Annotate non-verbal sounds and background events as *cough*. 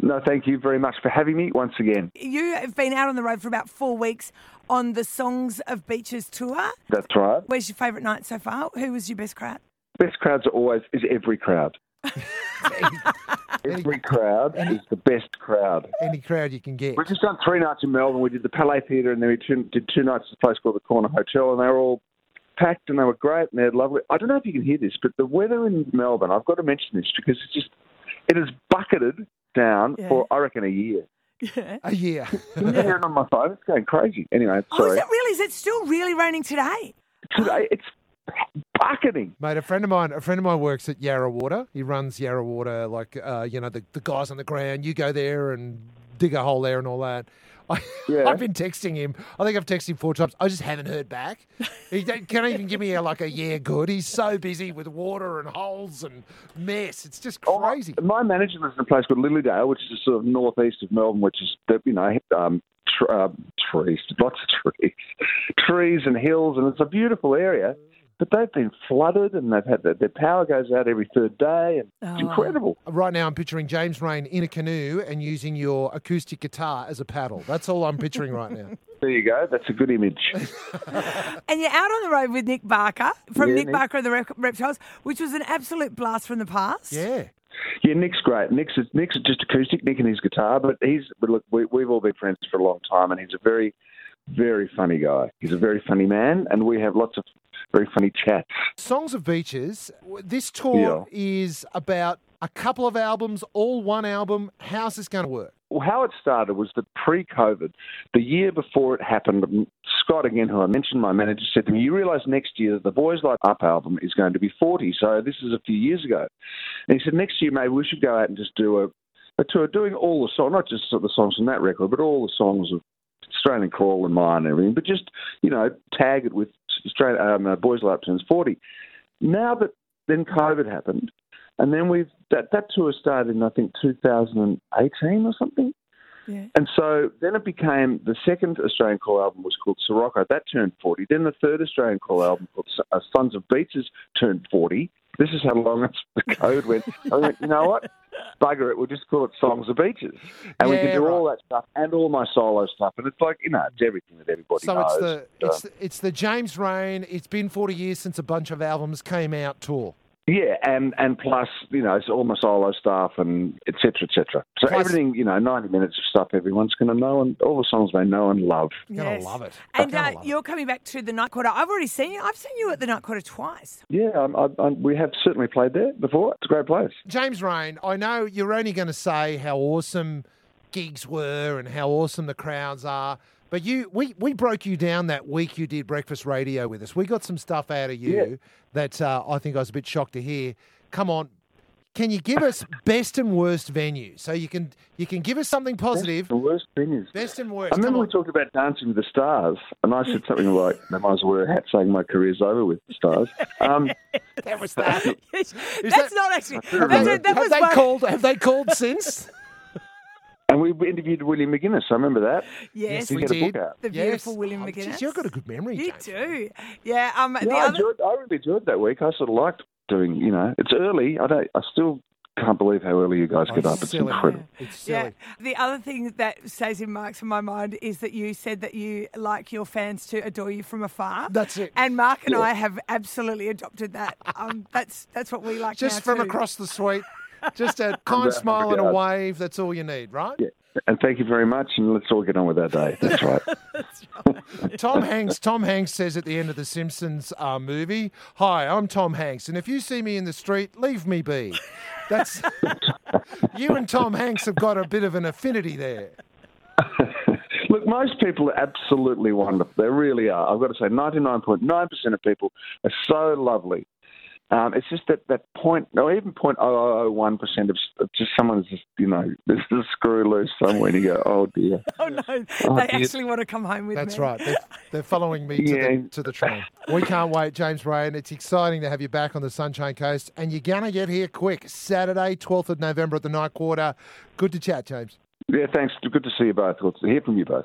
No, thank you very much for having me once again. You have been out on the road for about four weeks on the Songs of Beaches tour. That's right. Where's your favourite night so far? Who was your best crowd? Best crowds are always is every *laughs* crowd. every crowd is the best crowd. Any crowd you can get. We've just done three nights in Melbourne. We did the Palais Theatre and then we two, did two nights at a place called the Corner Hotel, and they were all packed and they were great and they're lovely. I don't know if you can hear this, but the weather in Melbourne, I've got to mention this because it's just, it is bucketed down Yeah. for, I reckon, a year. Yeah. A year. *laughs* Can you hear it on my phone? It's going crazy. Anyway, Oh, is sorry. it really? Is it still really raining today? Today, it's bucketing. Mate, a friend of mine, a friend of mine works at Yarra Water. He runs Yarra Water, like uh, you know, the, the guys on the ground. You go there and dig a hole there and all that. I, Yeah. *laughs* I've been texting him. I think I've texted him four times. I just haven't heard back. He don't- can't even give me a, like a yeah good. He's so busy with water and holes and mess. It's just Oh, my- crazy. my manager lives in a place called Lilydale, which is sort of northeast of Melbourne, which is the- you know um, tr- uh, trees, lots of trees, *laughs* trees and hills, and it's a beautiful area. But they've been flooded, and they've had their, their power goes out every third day, and it's Oh. incredible. Right now, I'm picturing James Rain in a canoe and using your acoustic guitar as a paddle. That's all I'm picturing *laughs* right now. There you go. That's a good image. And you're out on the road with Nick Barker from Yeah, Nick, Nick. Barker and the Rep- Reptiles, which was an absolute blast from the past. Yeah. yeah, Nick's great. Nick's is- Nick's is just acoustic. Nick and his guitar, but he's but look. We, we've all been friends for a long time, and he's a very, very funny guy. He's a very funny man, and we have lots of very funny chats. Songs of Beaches. w- This tour is about a couple of albums, all one album. How's this going to work? Well, how it started was that pre-COVID, the year before it happened, m- Scott again, who I mentioned, my manager said to me, "You realise next year that the Boys Like Up album is going to be 40." So this is a few years ago, and he said next year maybe we should go out and just do a, a tour, doing all the songs, not just the songs from that record, but all the songs of Australian Crawl and mine and everything, but just you know tag it with Australian, um, uh, Boys Like Up turns 40. Now that then COVID happened. And then we've that, that tour started in I think 2018 or something. Yeah. And so then it became the second Australian Call album was called Sirocco. That turned 40. Then the third Australian Call album called S- uh, Sons of Beaches turned 40. This is how long *laughs* it's, the code went. I went, you know what? Bugger it. We'll just call it Songs of Beaches. And we Yeah, can do all that stuff and all my solo stuff. And it's like, you know, it's everything that everybody So knows. it's the So- it's the, it's the James Rain. It's been forty years since a bunch of albums came out tour. Yeah, and, and plus, you know, it's all my solo stuff and et cetera, et cetera. So Plus- everything, you know, 90 minutes of stuff everyone's going to know and all the songs they know and love. Gonna Yes. love it. And Gonna uh, love it. you're coming back to the night quarter. I've already seen you. I've seen you at the night quarter twice. *laughs* Yeah, I'm, i i we have certainly played there before. It's a great place. James Rain. I know you're only going to say how awesome gigs were and how awesome the crowds are. But you, we, we broke you down that week you did breakfast radio with us. We got some stuff out of you Yeah. that uh, I think I was a bit shocked to hear. Come on, can you give us best and worst venues so you can you can give us something positive? The worst thing is. Best and I worst. Come remember we on. talked about Dancing with the Stars, and I said something like, "I might as well wear a hat saying my career's over with the *laughs* stars." Um, That *laughs* was that. That's that- not actually. Have that's- they- that have was they one- called? Have they called *laughs* since? and we interviewed William McGuinness. I remember that. Yes, we we get a did. book out. the beautiful William Oh, McGinnis. geez, you've got a good memory, You James. do. Yeah. Um. Yeah, the I, other. enjoyed, I really enjoyed that week. I sort of liked doing. You know, it's early. I don't. I still can't believe how early you guys Oh, get up. it's It's silly. incredible. It's silly. Yeah. The other thing that stays in marks in my mind is that you said that you like your fans to adore you from afar. That's it. And Mark and I have absolutely adopted that. Um, that's that's what we like. Just now from too. across the suite. Just a kind Around smile the and a yard. wave. That's all you need, right? And thank you very much. And let's all get on with our day. That's *laughs* right. Tom Hanks. Tom Hanks says at the end of the Simpsons uh, movie, "Hi, I'm Tom Hanks, and if you see me in the street, leave me be." That's *laughs* you and Tom Hanks have got a bit of an affinity there. Look, most people are absolutely wonderful. They really are. I've got to say, 99.9% of people are so lovely. Um, it's just that that point, or even point oh oh oh one percent of of just someone's just you know *laughs* there's a screw loose somewhere, and you go, oh dear. Oh no, they actually want to come home with That's me. right. They're, they're following me to, Yeah. the, to the train. We can't wait, James Rain. It's exciting to have you back on the Sunshine Coast, and you're gonna get here quick. Saturday, 12th of November at the Night Quarter. Good to chat, James. Yeah, thanks. Good to see you both. Good to hear from you both.